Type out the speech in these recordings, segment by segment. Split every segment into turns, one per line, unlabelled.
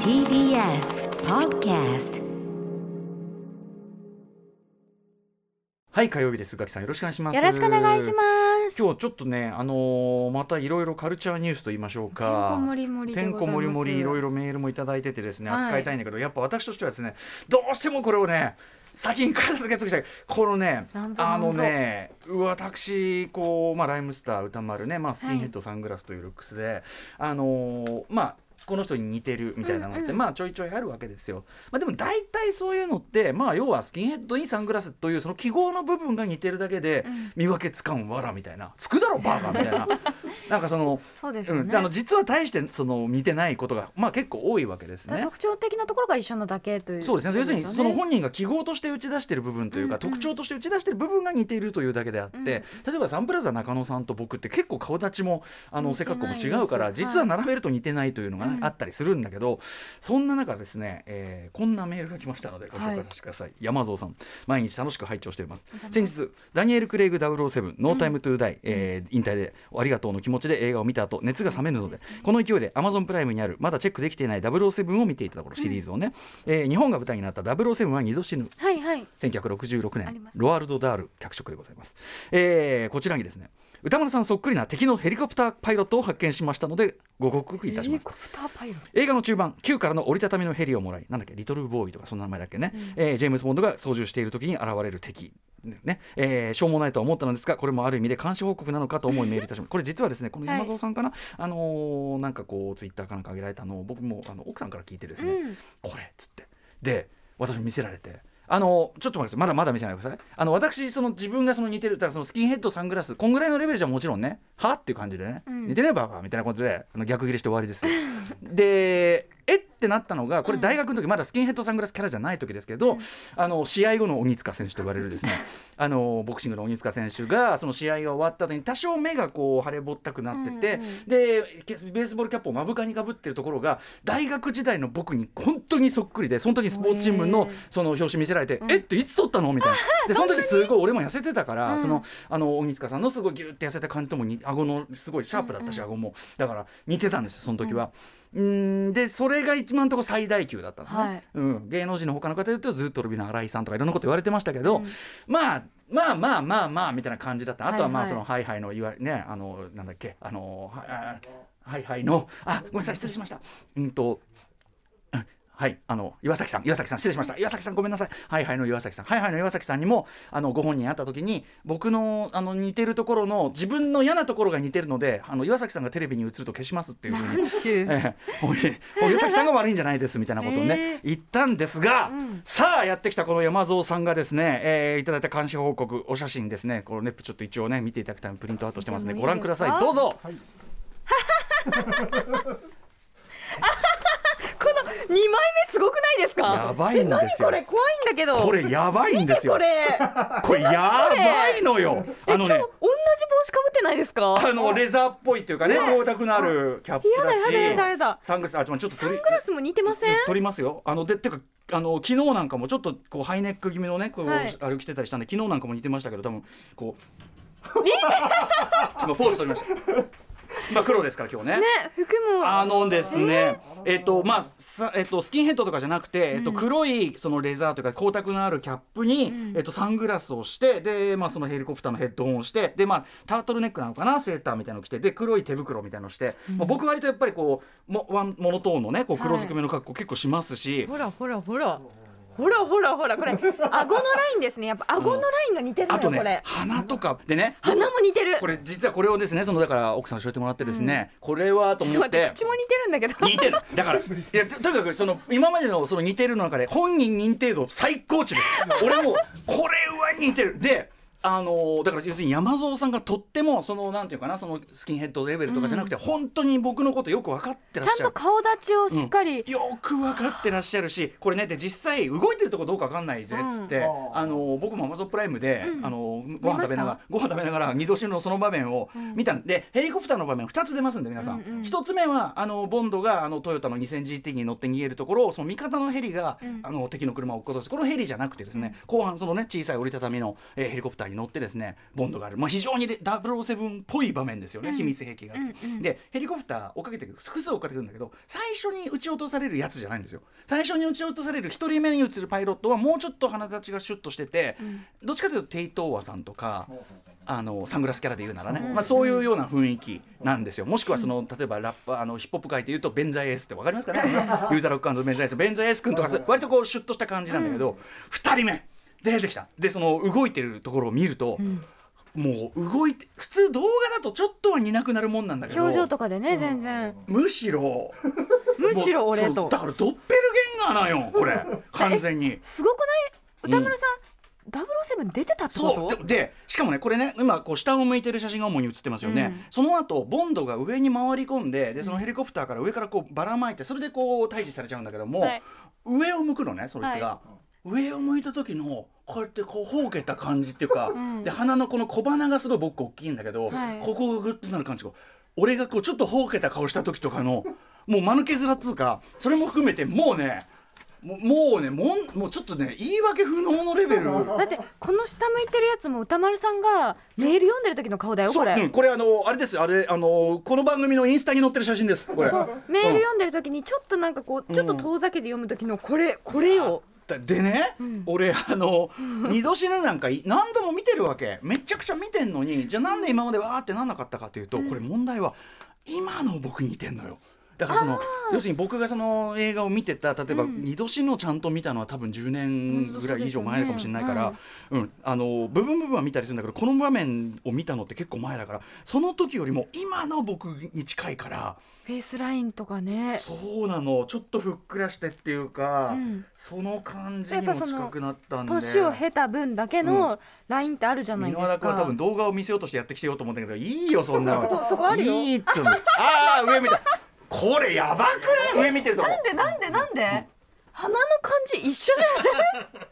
TBS Podcast
はい火曜日です宇垣さんよろしくお願いします
よろしくお願いします。
今日ちょっとねあのーまたいろいろカルチャーニュースと言いましょう
てんこ
か
盛り盛りで
てん
ございます。
こもりもりいろいろメールもいただいててですね
はい
扱いたいんだけど、やっぱ私としてはですねどうしてもこれをね先にから続けておきたいこのね
なんぞな
あ
んぞ
のねうわ私こう、まあ、ライムスター歌丸ね、まあ、スキンヘッドサングラスというルックスで、あのーまあこの人に似てるみたいなのって、
うんうん
まあちょいちょいあるわけですよ、まあ、でも大体そういうのってまあ要はスキンヘッドにサングラスというその記号の部分が似てるだけで見分けつかんわらみたいなつく だろバーガーみたいななんかその
そうです
う
よ
ん、
ね。
であの実は大してその似てないことが、まあ、結構多いわけです
だから
ね。
特徴的なところが一緒なだけという。
そうですね要する
こ
に
と
そ
よ
の
ね
本人が記号として打ち出している部分というか、
うんうん
特徴として打ち出している部分が似ているというだけであって、
うん
例えばサンプラザ中野さんと僕って結構顔立ちもあの
似
背
てない
格好も違うから
です
実は並べると似てないというのがね、
うん
あったりするんだけどそんな中ですね、えーこんなメールが来ましたのでご紹介させてください、山蔵さん毎日楽しく拝聴しています先日ダニエル・クレイグ007「ノータイムトゥーダイ、えー引退でありがとうの気持ちで映画を見た後熱が冷めるので、この勢いで Amazon プライムにあるまだチェックできていない007を見ていたところシリーズをね、えー日本が舞台になった007は二度死ぬ
はいはい。
1966
あ
年
りますね
ロアルド・ダール脚色でございます、えーこちらにですね歌丸さんそっくりな敵のヘリコプターパイロットを発見しましたのでご報告いたします
ヘリコプターパイロット。
映画の中盤旧からの折りたたみのヘリをもらいなんだっけリトルボーイとかそんな名前だっけね、えージェームズ・ボンドが操縦している時に現れる敵ねえーしょうもないとは思ったのですがこれもある意味で監視報告なのかと思いメールいたしますこれ実はですねこの山蔵さんかな、あのーなんかこうツイッターかなんか上げられたのを僕もあの奥さんから聞いてですね、
うん。
これっつってで私も見せられて。あのちょっと待ってくださいまだまだ見せないでくださいあの私その自分がその似てるだからそのスキンヘッドサングラスこんぐらいのレベルじゃもちろんねはっていう感じでね、
うん
似てねえばみたいなことであの逆切れして終わりですよでえってなったのがこれ大学の時まだスキンヘッドサングラスキャラじゃない時ですけど、あの試合後の鬼塚選手と言われるですねあのボクシングの鬼塚選手がその試合が終わった後に多少目がこう腫れぼったくなってて、
うんうん
でケベースボールキャップを目深にかぶってるところが大学時代の僕に本当にそっくりでその時スポーツ新聞
へ
の
え
その表紙見せられて「えっ?」ていつ撮ったのみたいな でその時すごい俺も痩せてたから、
うん
そのあの鬼塚さんのすごいギュッて痩せた感じともに顎のすごいシャープだったし、
うん
顎もだから似てたんですよその時は。うーんでそれが一番のとこ最大級だったんですね、
はい
うん、芸能人の他の方で言うとずっとロビの新井さんとかいろんなこと言われてましたけど、
うん
まあまあまあまあまあみたいな感じだったあとはまあ
はい
そ
はい
のハイハイのいわねあのなんだっけあのはあハイハイのあごめんなさい失礼しましたうんとうんはいあの岩崎さん岩崎さん失礼しました岩崎さんごめんなさいハイハイの岩崎さんハイハイの岩崎さんにもあのご本人に会った時に僕のあの似てるところの自分の嫌なところが似てるのであの岩崎さんがテレビに映ると消しますっていうふうに
宇宙。
ええ、おいおゆさきさんが悪いんじゃないですみたいなことをね、
え
言ったんですが、
うん
さあやってきたこの山蔵さんがですね、えーいただいた監視報告お写真ですねこのねちょっと一応ね見ていただくためにプリントアウトしてますね
見て
ご
もい
覧
い
く
ですか
ださいどうぞ、
この二枚目すごくないですか？
やばいんですよ
え何これ怖いんだけど。
これやばいんですよ
これ。
これやばいのよ
あ
あ
のね。今日同
のね
じ帽子かぶってないですか？
あのレザーっぽいっていうかね光沢のあるキャップだし
やだやだやだやだ
サングラスあちょっと取り
サングラスも似てません。
撮りますよ。あのでっていうかあの昨日なんかもちょっとこうハイネック気味のねこう、
はい
歩きてたりしたんで昨日なんかも似てましたけど多分こう 今ポーズ取りました。まあ黒ですから今日ね。
ね、服も。
あのですね、えっとまあさえっとスキンヘッドとかじゃなくて、えっと黒いそのレザーというか光沢のあるキャップに、えっとサングラスをしてでまあそのヘリコプターのヘッドホンをしてでまあタートルネックなのかなセーターみたいなの着てで黒い手袋みたいなのして、まあ僕割とやっぱりこうもワンモノトーンのねこう黒ずくめの格好結構しますし、
ほらほらほら。ほらほらほ らこれ顎のラインですねやっぱ顎のラインが似てる
あ
の
と
よこ
ね
れ
鼻とかでね
鼻も似てる
これ実はこれをですねそのだから奥さんに教えてもらってですね、これはと
ちょっ
思
と
っ
待って
て。
口も似てるんだけど
似てるだからいやととにかくその今までのその似てるの中で本人認定度最高値です俺もこれは似てるであのーだから要するに山蔵さんがとってもそのなんていうかなそのスキンヘッドレベルとかじゃなくて、本当に僕のことよく分かってらっ
ちゃん
しゃ
と
る
顔立ちをしっかり、
よく分かってらっしゃるしこれねで実際動いてるとこどうか分かんないぜっつって、あの僕も Amazon プライムで、あのご飯食べながらご飯食べながら二度死ぬのその場面を見たんで、ヘリコプターの場面2つ出ますんで皆さ
う
ん、
んうん
1つ目はあのボンドがあのトヨタの 2000GT に乗って逃げるところをその味方のヘリが、
うん
あの敵の車を追っ落としてこのヘリじゃなくてですね、後半そのね小さい折りたたみの、えーヘリコプターに乗ってですねボンドがある、まあ、非常にで007っぽい場面ですよね、
うん
秘密兵器があって、
うんうん
でヘリコプター追っかけてくる複数追っかけてくるんだけど最初に撃ち落とされるやつじゃないんですよ最初に撃ち落とされる1人目に撃つパイロットはもうちょっと鼻立ちがシュッとしてて、どっちかというとテイトーワさんとか、あのサングラスキャラで言うならね、まあ、そういうような雰囲気なんですよもしくはその例えばラッパーあのヒップホップ界で言うとベンザイエースってわかりますかねユーザーロックアンドベンザイエースベンザイエース君とか割とこうシュッとした感じなんだけど、二2人目出てきたでその動いてるところを見ると、もう動いて普通動画だとちょっとは似なくなるもんなんだけど
表情とかでね全然
むしろ
むしろ俺
そう
と
だからドッペルゲンガーなん よこれ完全に。
すごくない歌村さんダブルセブン出てたって
そう
こ
で
と
でしかもねこれね今こう下を向いてる写真が主に写ってますよね、
うん
その後ボンドが上に回り込んででそのヘリコプターから上からこうばらまいてそれでこう退治されちゃうんだけども、
はい
上を向くのねそいつが、上を向いた時のこうやってこうほうけた感じっていうか、
ん
で鼻のこの小鼻がすごい僕大きいんだけど、
はい
ここがグッとなる感じが俺がこうちょっとほうけた顔した時とかのもう間抜け面っつうかそれも含めてもうねもうもうねもんもうちょっとね言い訳不能のレベル。
だってこの下向いてるやつも歌丸さんがメール読んでる時の顔だよ
そ
こ
う
れ、
うん、これあのあれですあれあのこの番組のインスタに載ってる写真ですこれ
そうメール読んでる時にちょっとなんかこうちょっと遠ざけて読む時のこれこれよ
だでね、
ん
俺あの二度死ぬなんかい何度も見てるわけめちゃくちゃ見てんのにじゃあなんで今までわーってなんなかったかというと、これ問題は今の僕に似てんのよだからその要するに僕がその映画を見てた例えば
うん
二度死ぬをちゃんと見たのは多分10年ぐらい以上前かもしれないから、うん、あの部分部分は見たりするんだけどこの場面を見たのって結構前だからその時よりも今の僕に近いから。
フェイスラインとかね
そうなのちょっとふっくらしてっていうか、
うん
その感じにも近くなったんで
年を経た分だけ
う
のラインってあるじゃない
箕
で
輪
す
田君は
か、
多分動画を見せようとしてやってきてようと思ったけどいいよそんなの
そうそうそこあるよ
いいっつうのああー上見たこれやばくない上見てるとこ
なんでなんでなんで、鼻の感じ一緒じゃない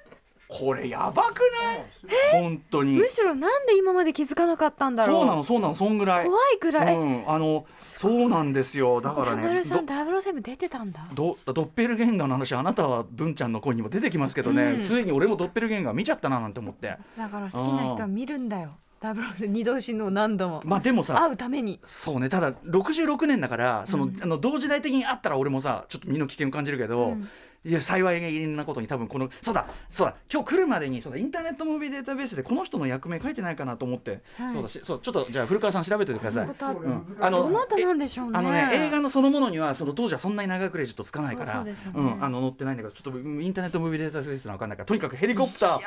これやばくない本当に
むしろなんで今まで気づかなかったんだろう
そうなのそうなのそんぐらい
怖いくらい、
うん、あのそうなんですよだから
歌
ね
丸さんダブルセブン出てたんだ
どドッペルゲンガーの話あなたは文ちゃんの声にも出てきますけどね、
うん
ついに俺もドッペルゲンガー見ちゃったななんて思って
だから好きな人は見るんだよダブルセブン二度死ぬを何度も
まあでもさ
会うために
そうねただ66年だからその、あの同時代的にあったら俺もさちょっと身の危険を感じるけど、
うん
いや幸いなことに多分このそうだそうだ今日来るまでにそうだインターネットムービーデータベースでこの人の役名書いてないかなと思って、
はい
そうだしそうちょっとじゃあ古川さん調べておいてください。
ことは
うんあ
どなた
え
なんでしょうね
あのね、映画のそのものにはその当時はそんなに長いクレジットつかないから
そうそうですよね
うん、あの載ってないんだけどちょっとうんインターネットムービーデータベースなの分かんないからとにかくヘリコプター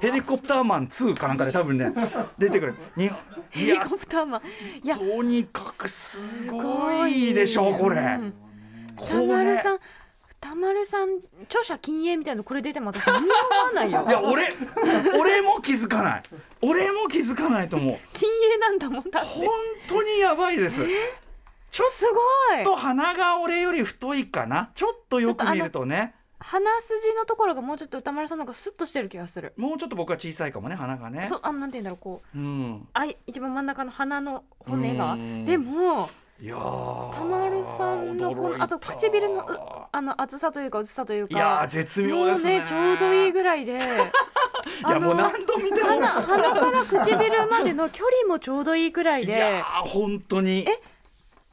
ヘヘリコプターマン2かなんかで多分ね出てくるにい
ヘリ
や
コプターマンいや
とにかくすごいでしょこれ、
うん
こ
歌丸さん歌丸さん著者禁煙みたいなのこれ出ても私何も思わないよ
いや俺俺も気づかない俺も気づかないと思う
禁煙なんだもんだって
本当にやばいですちょっ
すごい
と鼻が俺より太いかなちょっとよく見るとね
鼻筋のところがもうちょっと歌丸さんの方がスッとしてる気がする
もうちょっと僕は小さいかもね鼻がね
そうあのなんて言うんだろうこう
うん
あい一番真ん中の鼻の骨
う
が
ん
でも
いやー
歌丸さんのこ
驚い
の
た
あと唇のうあの厚さというか薄さというか
いやー絶妙ですね
もうねちょうどいいぐ らいで
いやもう
あの
何度見ても
鼻鼻から唇までの距離もちょうどいいくらい
いや
で
ー本当に
え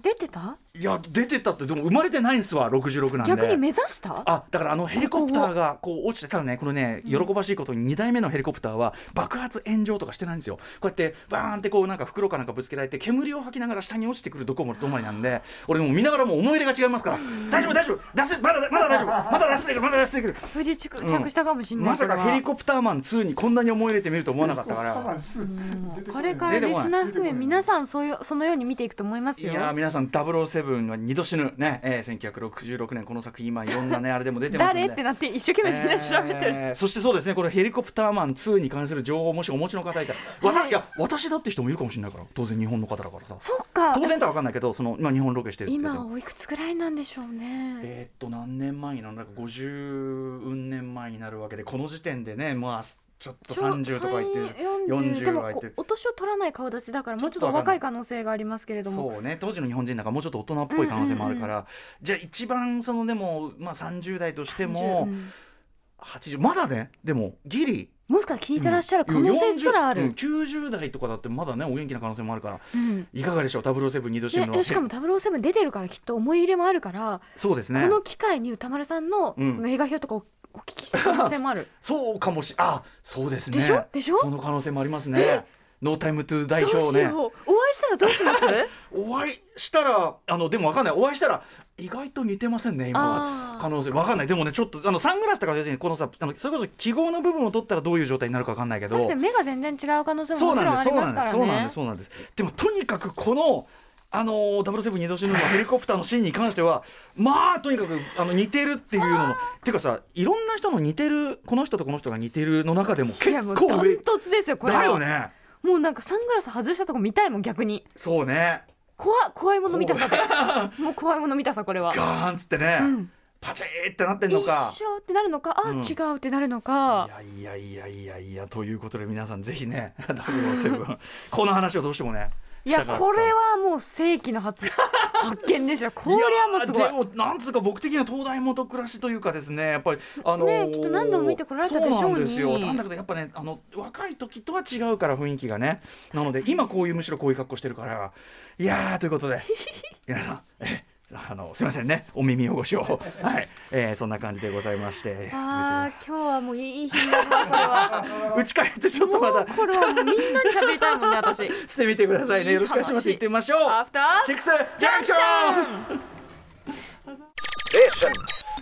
出てた
いや出てたってでも生まれてないんですわ66なんで
逆に目指した
あだからあのヘリコプターがこう落ちてただねこのね喜ばしいことに2台目のヘリコプターは爆発炎上とかしてないんですよこうやってバーンってこうなんか袋かなんかぶつけられて煙を吐きながら下に落ちてくるどこも止まりなんで俺もう見ながらもう思い入れが違いますから大丈夫大丈夫出せまだまだ大丈夫 まだ出してくるまだ出してくる
富士着
うん
着したかもしれない、
まさか
これは
ヘリコプターマン2にこんなに思い入れてみると思わなかっ たから
これからリスナー含め皆さんそういうそのように見ていくと思います
い
よ
やー皆さん007は二度死ぬね、えー、1966年この作品今いろんなねあれでも出てますんで
誰ってなって一生懸命 みんな調べてる、
えーそしてそうですねこれヘリコプターマン2に関する情報をもしお持ちの方いたら、わた
はい
いや私だって人もいるかもしれないから当然日本の方だからさ
そっか
当然とは分かんないけどその今日本ロケしてるって言って
今
も
おいくつぐらいなんでしょうね
えーっと何年前になるのなんか50年前になるわけでこの時点でねまあちょっと30とか言ってる
40
40
でも
は言ってる
こうお年を取らない顔立ちだからもうちょっと
ちょっとわか
若
んない
い可能性がありますけれども
そうね当時の日本人なんかもうちょっと大人っぽい可能性もあるから、じゃあ一番そのでも、まあ、30代としても
30うん
80まだねでもギリ
もしか聞いてらっしゃる可能性すらあ
うん
る、
90代とかだってまだねお元気な可能性もあるから
うん
いかがでしょう007二度死ぬの
でしかも007出てるからきっと思い入れもあるから、
そうですね
この機会に歌丸さんのこ
うん
の映画表とかおお聞きした可能性もあ る
そうかもしあそうですね
でしょでしょ
その可能性もありますねノータイムトゥ代
どうしよう
表ね
お会いしたらどうします
お会いしたらあのでもわかんないお会いしたら意外と似てませんね今は
あ
可
ー
能性わかんないでもねちょっとあのサングラスとか要するにこのさあのそれこそ記号の部分を取ったらどういう状態になるかわかんないけど
確かに目が全然違う可能性も
そう
も
な
ちろ
ん
ん
で
あ
す
り
そう
ますから
なんですそうなん
ね
ですそうなんですでもとにかくこのあのー007二度死ぬのヘリコプターのシーンに関しては まあとにかくあの似てるっていうのもていうかさいろんな人の似てるこの人とこの人が似てるの中でも結
いやもう
構
ダ
上
ントツですよこれは
だよね
もうなんかサングラス外したとこ見たいもん逆に
そうね
怖い怖いもの見たさ もう怖いもの見たさこれは
ガーンっつってね、
うん
パチーってなってん
一
のか
緒ってなるのかあ、
うん
違うってなるのか
いやいやいやいやいやということで皆さんぜひね 007この話をどうしてもね
いや
したかった
これはもう世紀の初発見でしたこれはもうすごい
やーでもなんつうか僕的には東大元暮らしというかですねやっぱりあのー
ねえきっと何度も見てこられたでしょうに
そうなんですよなんだけどやっぱねあの若い時とは違うから雰囲気がねなので今こういうむしろこういう格好してるからいやーということで 皆さんえあのすいませんねお耳汚しをはい、えーそんな感じでございまして
あー今日はもういい日になるわこれは
打ち返ってちょっとま
もう
た
これはもうみんなに喋りたいもんね私
してみてくださいね
いい話
よろしくお願いします行ってみましょう
アフター
シックスジャンクション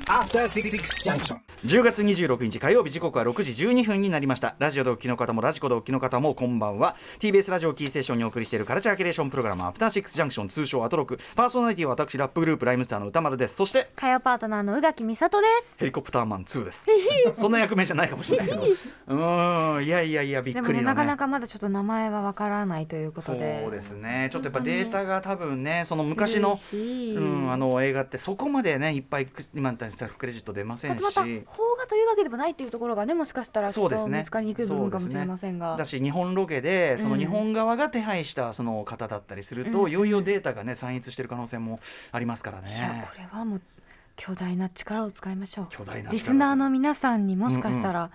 After Six Junction.
10月26日火曜日時刻は6時12分になりましたラジオ同期の方もラジコ同期の方もこんばんは TBS ラジオキーステーションにお送りしているカルチャーキュレーションプログラムアフターシックスジャンクション通称アトロクパーソナリティは私ラップグループライムスターの歌丸ですそして
火曜パートナーの宇垣美里です
ヘリコプターマン2ですそんな役名じゃないかもしれないけどうーんいやいやいやびっ
で
くり
もね
よね
なかなかまだちょっと名前はわからないということで
そうですねちょっとやっぱ
本当にね
データが多分ねその昔の
嬉しい
うん、あの映画ってそこまでねいっぱいく今みたいにスタッフクレジット出ませ
か
ん
つ
し
また邦画というわけでもないっていうところがねもしかしたらちょ
そ
っ
うで
と
すね
見つかりにくい部分かもしれませんが、
だし日本ロケでその
うん
日本側が手配したその方だったりすると、
うん
いよいよデータがね散逸してる可能性もありますから
いや
ね
こ。れはもう巨大な力を使いましょう
巨大な力
リスナーの皆さんにもしかしたら、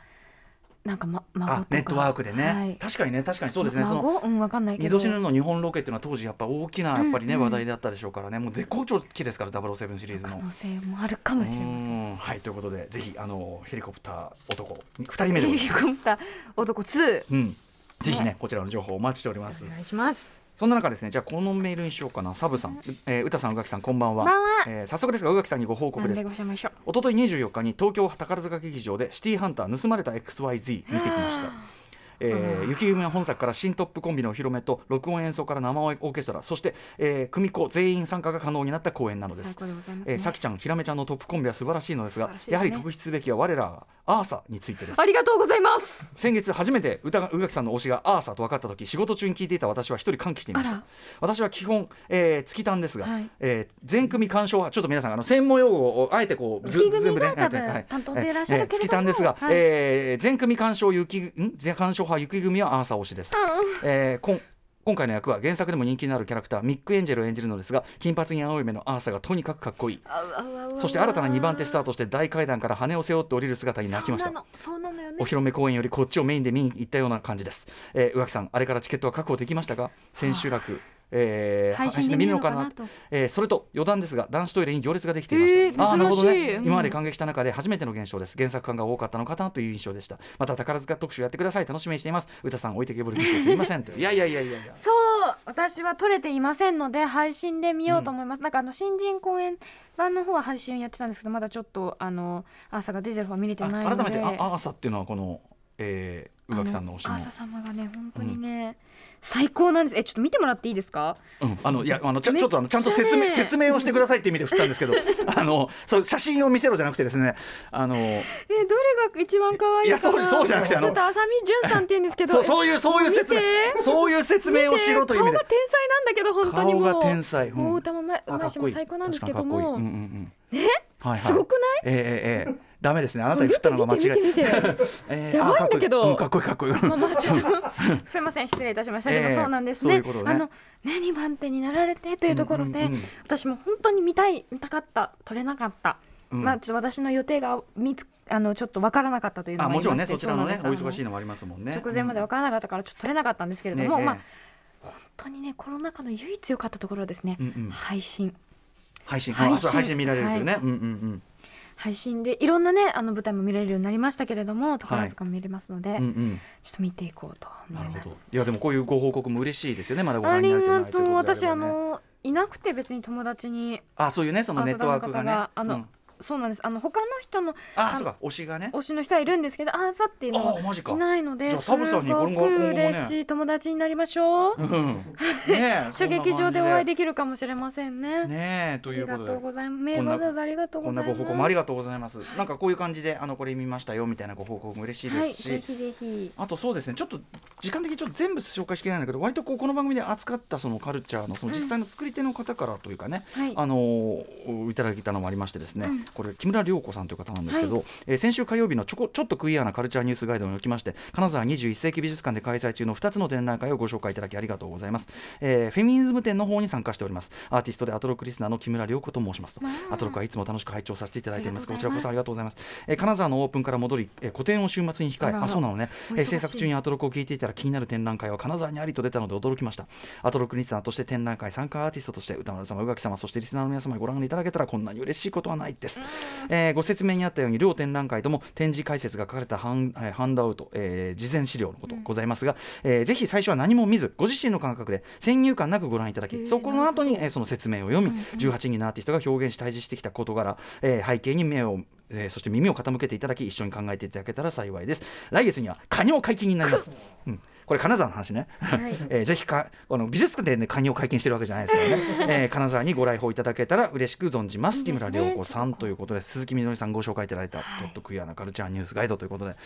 なんか、ま、孫と
あ
か
ネットワークでね、
はい、
確かにね確かにそうですね
ま
その
孫うんわかんないけ
二
ど
度死ぬの日本ロケっていうのは当時やっぱ大きなやっぱりね、
うんうん
話題だったでしょうからねもう絶好調期ですから007シリーズ
可
の。
能性もあるかもしれません
うんはいということでぜひあのヘリコプター男2人目でござい
ヘ
ます
リコプター男2
うん、ぜひね
ね
こちらの情報お待ちしております
お。願いします
そんな中ですね、じゃあこのメールにしようかな、サブさん、うえー、歌さん、宇垣さん、こんばんは。
こんばんは
えー早速ですが、宇垣さんにご報
な
告
ん
で
ですご。ざいましょう
一昨日24日に東京宝塚劇場でシティーハンター盗まれた XYZ 見てきました。えー、雪夢本作から新トップコンビのお披露目と録音演奏から生オーケストラそして、えー、組子全員参加が可能になった公演なので
最
す
高でございますね、
えーさき、ちゃんひらめちゃんのトップコンビは素晴らしいのですが
素晴らしいですね
やはり特筆すべきは我らアーサについてです
ありがとうございます
先月初めて歌が宇垣さんの推しがアーサーと分かった時仕事中に聞いていた私は一人歓喜していまし
あ
た
ら
私は基本、えー、月単ですが、
はい
えー全組鑑賞はちょっと皆さんあの専門用語をあえてこうず
月組
全部ね
が多分
あえてはい
担当でいらっしゃるけれども
えー月単ですが、
はい
えー全組鑑賞雪ん全鑑賞派雪組はアーサー推しです、えーこん今回の役は原作でも人気のあるキャラクターミック・エンジェルを演じるのですが金髪に青い目のアーサーがとにかくかっこいい
あうわうわうわうわ
そして新たな2番手スターとして大階段から羽を背負って降りる姿に泣きました
そうなのそうなのよね
お披露目公演よりこっちをメインで見に行ったような感じです。えー、宇垣さん、あれからチケットは確保できましたか千秋楽、えー、
配信で見るのかなと
えーそれと余談ですが、男子トイレに行列ができていました。
えー
あーなるほど
珍しい
ね、
うん
今まで感激した中で初めての現象です。原作感が多かったのかなという印象でした。また宝塚特集やってください。楽しみにしています。歌さん、置いてけぼりにしてすみませんと。いやいやいやいやいや。
そう私は撮れていませんので配信で見ようと思います、なんかあの新人公演版の方は配信やってたんですけどまだちょっとあの朝 が出てる方は見れて
あ
ないので
改めて、あ、アーサっていうのはこの、えー、宇垣さんの推しの。
朝様がね本当にね、最高なんですえちょっと見てもらっていいですか
うん、あのいやあのちょ
めっ
ちょっとあのちゃんと説
ちゃ
明
ね
説明をしてくださいって意味で振ったんで すけどあのそう写真を見せろじゃなくてですねあの
えどれが一番可愛いかない
やそうそうじゃなくてあの
ちょっと浅見純さんって言うんですけど
そうそういうそういう説明
見て
そういう説明をしろという意味
見
で
て顔が天才なんだけど本当にもう
顔が天才うん
もう歌もうまい
あ
うまいしもう最高なんですけども、
確かにかっこいいうんうんうんはいはい
すごくない
ええええダメですねあなたに振ったのが間違
見て見て
い
見て見て
え
やばいんだけど
あかっこいいうんかっこいいかっこいい
まあまあちょっとすいません失礼いたしましたけど、
ええ
そうなんです
そうい
ね
うことね
あのね2番手になられてというところで、
うんうんうん
私も本当に見たい見たかった取れなかった、
うん
まあちょっと私の予定が見つあのちょっとわからなかったというの
あ
があり
も
まして
ちろんねそちらのねお
そうなんです
忙しいのもありますもんね
直前までわからなかったからちょっと取れなかったんですけれども、
ねえ
まあ
ええ
本当にねコロナ禍の唯一良かったところはですね、
うんうん
配信
配信
配信
あそう配信見られるというね、
はい
うんうんうん
配信でいろんなねあの舞台も見れるようになりましたけれども宝塚も見れますので、
うんうん
ちょっと見ていこうと思
ないる
ま
ほど
す。
いやでもこういうご報告も嬉しいですよねまだご
あ
覧に
り
なれてない
が
とい
と
うこと
う
であればね
私あのいなくて別に友達に
あそういうねその
ア
ネ
ー
ットワークがね
あの、
うん
そうなんですあの他の人の
あ
あ
そうか推しがね
推しの人はいるんですけどアーサっていうの
あーマジか
はあいないので
じゃあ
す
サ
ご
ブさんに今後今後も
く
ね
嬉しい友達になりましょう。
うんねえ
初劇場でお会い
き
できるかもしれませんね。
ねえと
あ
い
り
うこ
が
と
と
で
うございます。メールわざわざありがとう
こ
ご
ん
ざ
ない
ま
ご
す。
報告もありがとうございます。なんかこういう感じであのこれ見ましたよみたいなご報告も嬉しいで
はい、
すし、
ぜひぜひ。
あとそうですねちょっと時間的にちょっと全部紹介しきれないんだけど割とこうこの番組で扱ったそのカルチャーのその
うん
実際の作り手の方からというかね、
はい
あのーいただいたのもありましてですね、
うん
これ木村涼子さんという方なんですけど、えー先週火曜日のちょこちょっとクイアなカルチャーニュースガイドにおきまして金沢21世紀美術館で開催中の2つの展覧会をご紹介いただきありがとうございます、えーフェミニズム展の方に参加しておりますアーティストでアトロクリスナーの木村涼子と申しますと、
まあ
アトロクはいつも楽しく拝聴させていただいております
あ
こ
りが
ち
と
ら
うございま
こ
す
そありがとうございます、えー金沢のオープンから戻り、えー個展を週末に控え
あら
あそうなのね、
お
えー
忙しい
制作中にアトロクを聞いていたら気になる展覧会は金沢にありと出たので驚きましたアトロクリスナーとして展覧会参加アーティストとして歌丸様宇垣様そしてリスナーの皆様にご覧いただけたらこんなに嬉しいことはないです、えーご説明にあったように両展覧会とも展示解説が書かれたハン,、えーハンドアウト、えー事前資料のことございますが、えーぜひ最初は何も見ずご自身の感覚で先入観なくご覧いただき、
えー
そこの後に、えーその説明を読み、18人のアーティストが表現し対峙してきた事柄、えー背景に目をえーそして耳を傾けていただき一緒に考えていただけたら幸いです来月にはカニを解禁になります、うん、これ金沢の話ね、
い
えーぜひかあの美術館で、ね、カニを解禁してるわけじゃないですから ね、えー金沢にご来訪いただけたら嬉しく存じます
いいですね
木村涼子さんということで鈴木みのりさんご紹介いただいた、ちょっとクイアなカルチャーニュースガイドということで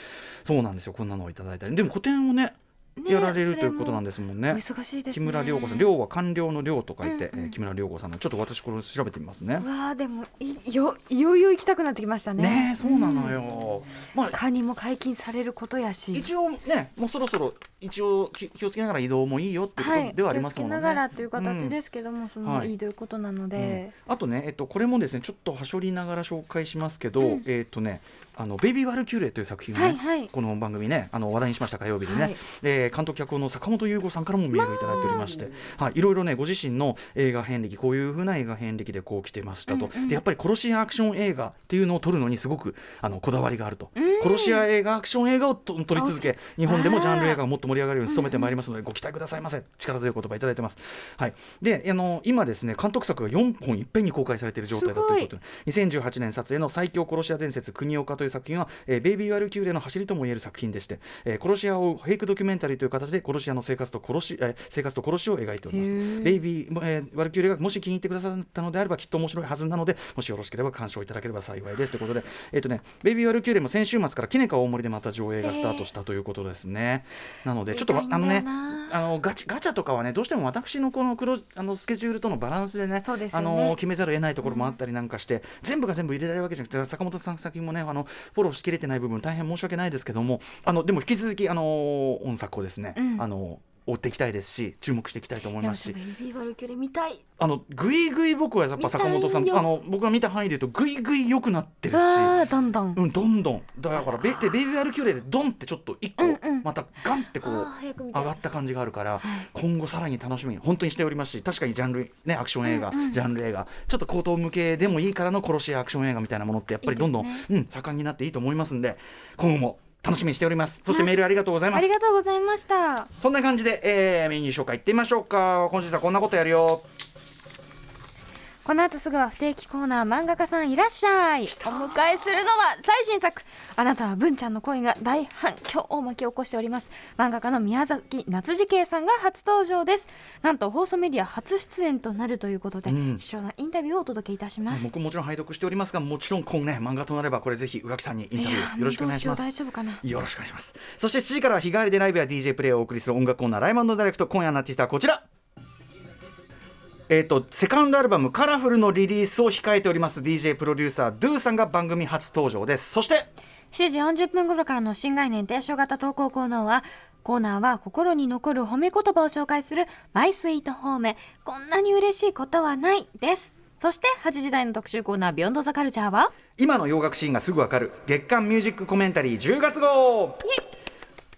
そうなんですよこんなのをいただいたりでも古典をね
ね
やられる
そ
とい
れも
うことなんですもん
お
ね
忙しいですね。
木村涼子さん涼は官僚の涼と書いて、
うんうん
えー木村涼子さんのちょっと私これ調べてみますね
うわあでもいよいよいよ行きたくなってきましたね。
ねえそうなのよ、まあ
カニも解禁されることやし。
一応ねもうそろそろ一応き気をつけながら移動もいいよっていうことではありますもんね。
気をつけながらという
うん
形ですけども、その
はい
いいということなの
うん
で、
あとね、えっと、これもですねちょっとはしょりながら紹介しますけど、
うん
えっとねあのベイビー・ワルキューレという作品をね、
はいはい
この番組ねあの話題にしました火曜日でね、
はい
えー監督脚本の坂本優吾さんからもメールをいただいておりまして、はい、いろいろねご自身の映画遍歴こういうふうな映画遍歴でこう来てましたと、
うんうん
でやっぱり殺し屋アクション映画っていうのを撮るのにすごくあのこだわりがあると、
うん
殺し屋映画アクション映画をと撮り続け日本でも
あー
ジャンル映画がもっと盛り上がるように努めてまいりますので、ご期待くださいませ力強い言葉いただいてます。はい、であの今ですね監督作が4本いっぺんに公開されている状態だということで2018年撮影の「最強殺し屋伝説国岡」という作品は、えーベイビー・ワルキューレの走りともいえる作品でして、えー殺し屋をフェイクドキュメンタリーという形で殺し屋の生活と殺し、えー生活と殺しを描いておりま
へ
す
ー
ベイビー、えーワルキューレがもし気に入ってくださったのであればきっと面白いはずなのでもしよろしければ鑑賞いただければ幸いですということで、えーとね、ベイビー・ワルキューレも先週末からキネカ大森でまた上映がスタートしたということですね。なのでちょっとわ
見た
あ
いん
の
だよ
ね
な
あのガチガチャとかはねどうしても私のこの黒あのスケジュールとのバランスでね
そうです
あ
よね
の決めざるを得ないところもあったりなんかして、全部が全部入れられるわけじゃなくて坂本さん作品もねあのフォローしきれてない部分大変申し訳ないですけどもあのでも引き続きあの音作をですね、
うん
あの追っていきたいですし注目していきたいと思い
でも
ます
そ
し
のベイビーワルキューレ見たい。
あのぐいぐい僕はやっぱ坂本さ
見
ん
たいよ
あの僕が見た範囲で言うとぐいぐい良くなってるし。
わあどんどん。
うん、どんどんだからベでベイビー・アルキューレでドンってちょっと一個、
うんうん
またガンってこう
あー早く見た
上
い
がった感じがあるから、今後さらに楽しみに本当にしておりますし確かにジャンルねアクション映画、
うんうん
ジャンル映画ちょっと高等向けでもいいからの殺し屋アクション映画みたいなものってやっぱりどんどん
いいです
うん、盛んになっていいと思いますんで今後も楽しみにしておりますそして
ます
メールありがとうございま
あ
す
りがとうございました。
そんな感じで、えーメニュー紹介いってみましょうか今週はこんなことやるよ
この後すぐは不定期コーナー漫画家さんいらっしゃいお迎えするのは最新作あなたは文ちゃんの恋が大反響を巻き起こしております漫画家の宮崎夏次圭さんが初登場ですなんと放送メディア初出演となるということで、
うん
貴重なインタビューをお届けいたします、
僕もちろん拝読しておりますがもちろん今後ね漫画となればこれぜひ宇垣さんにインタビューよろしくお願いします
いやーどうしよう大丈夫かな
よろしくお願いしますそして7時からは日替わりでライブや DJ プレイをお送りする音楽コーナーライマンドダイレクト今夜のアーティストはこちらえー、とセカンドアルバム「カラフル」のリリースを控えております DJ プロデューサードゥさんが番組初登場ですそして
7時40分頃からの新概念提唱型投稿コーナーはコーナーは心に残る褒め言葉を紹介するマイスイート褒めこんなに嬉しいことはないですそして8時台の特集コーナービヨンドザカルチャーは
今の洋楽シーンがすぐわかる月刊ミュージックコメンタリー10月号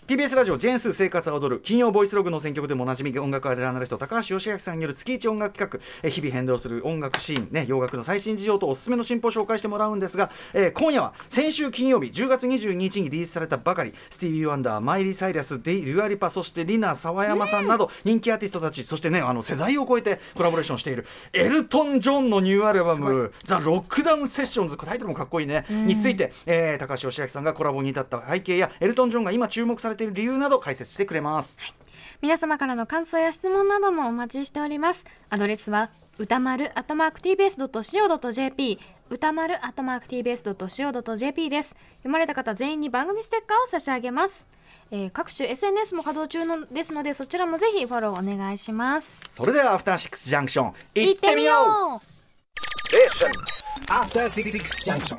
TBS ラジオジェーンスー生活は踊る金曜ボイスログの選曲でもおなじみ音楽ジャーナリスト高橋義明さんによる月一音楽企画え日々変動する音楽シーン、ね、洋楽の最新事情とおすすめの進歩を紹介してもらうんですが、えー今夜は先週金曜日10月22日にリリースされたばかりスティービー・ワンダーマイリー・サイラスデイ・ルアリパそしてリナ・沢山さんなど人気アーティストたちそしてねあの世代を超えてコラボレーションしているエルトン・ジョンのニューアルバム「ザ・ロックダウン・セッションズ」タイトルもかっこいいね、について、えー高橋義明さんがコラボに至った背景やエルトン・ジョンが今注目されている理由など解説してくれます。
皆様からの感想や質問などもお待ちしておりますアドレスは歌丸アットマーク tbs.co.jp 歌丸アットマーク tbs.co.jp です読まれた方全員に番組ステッカーを差し上げます、えー各種 SNS も稼働中のですのでそちらもぜひフォローお願いします
それではアフターシックスジャンクション
行
行ってみよう
う
After Six Junction.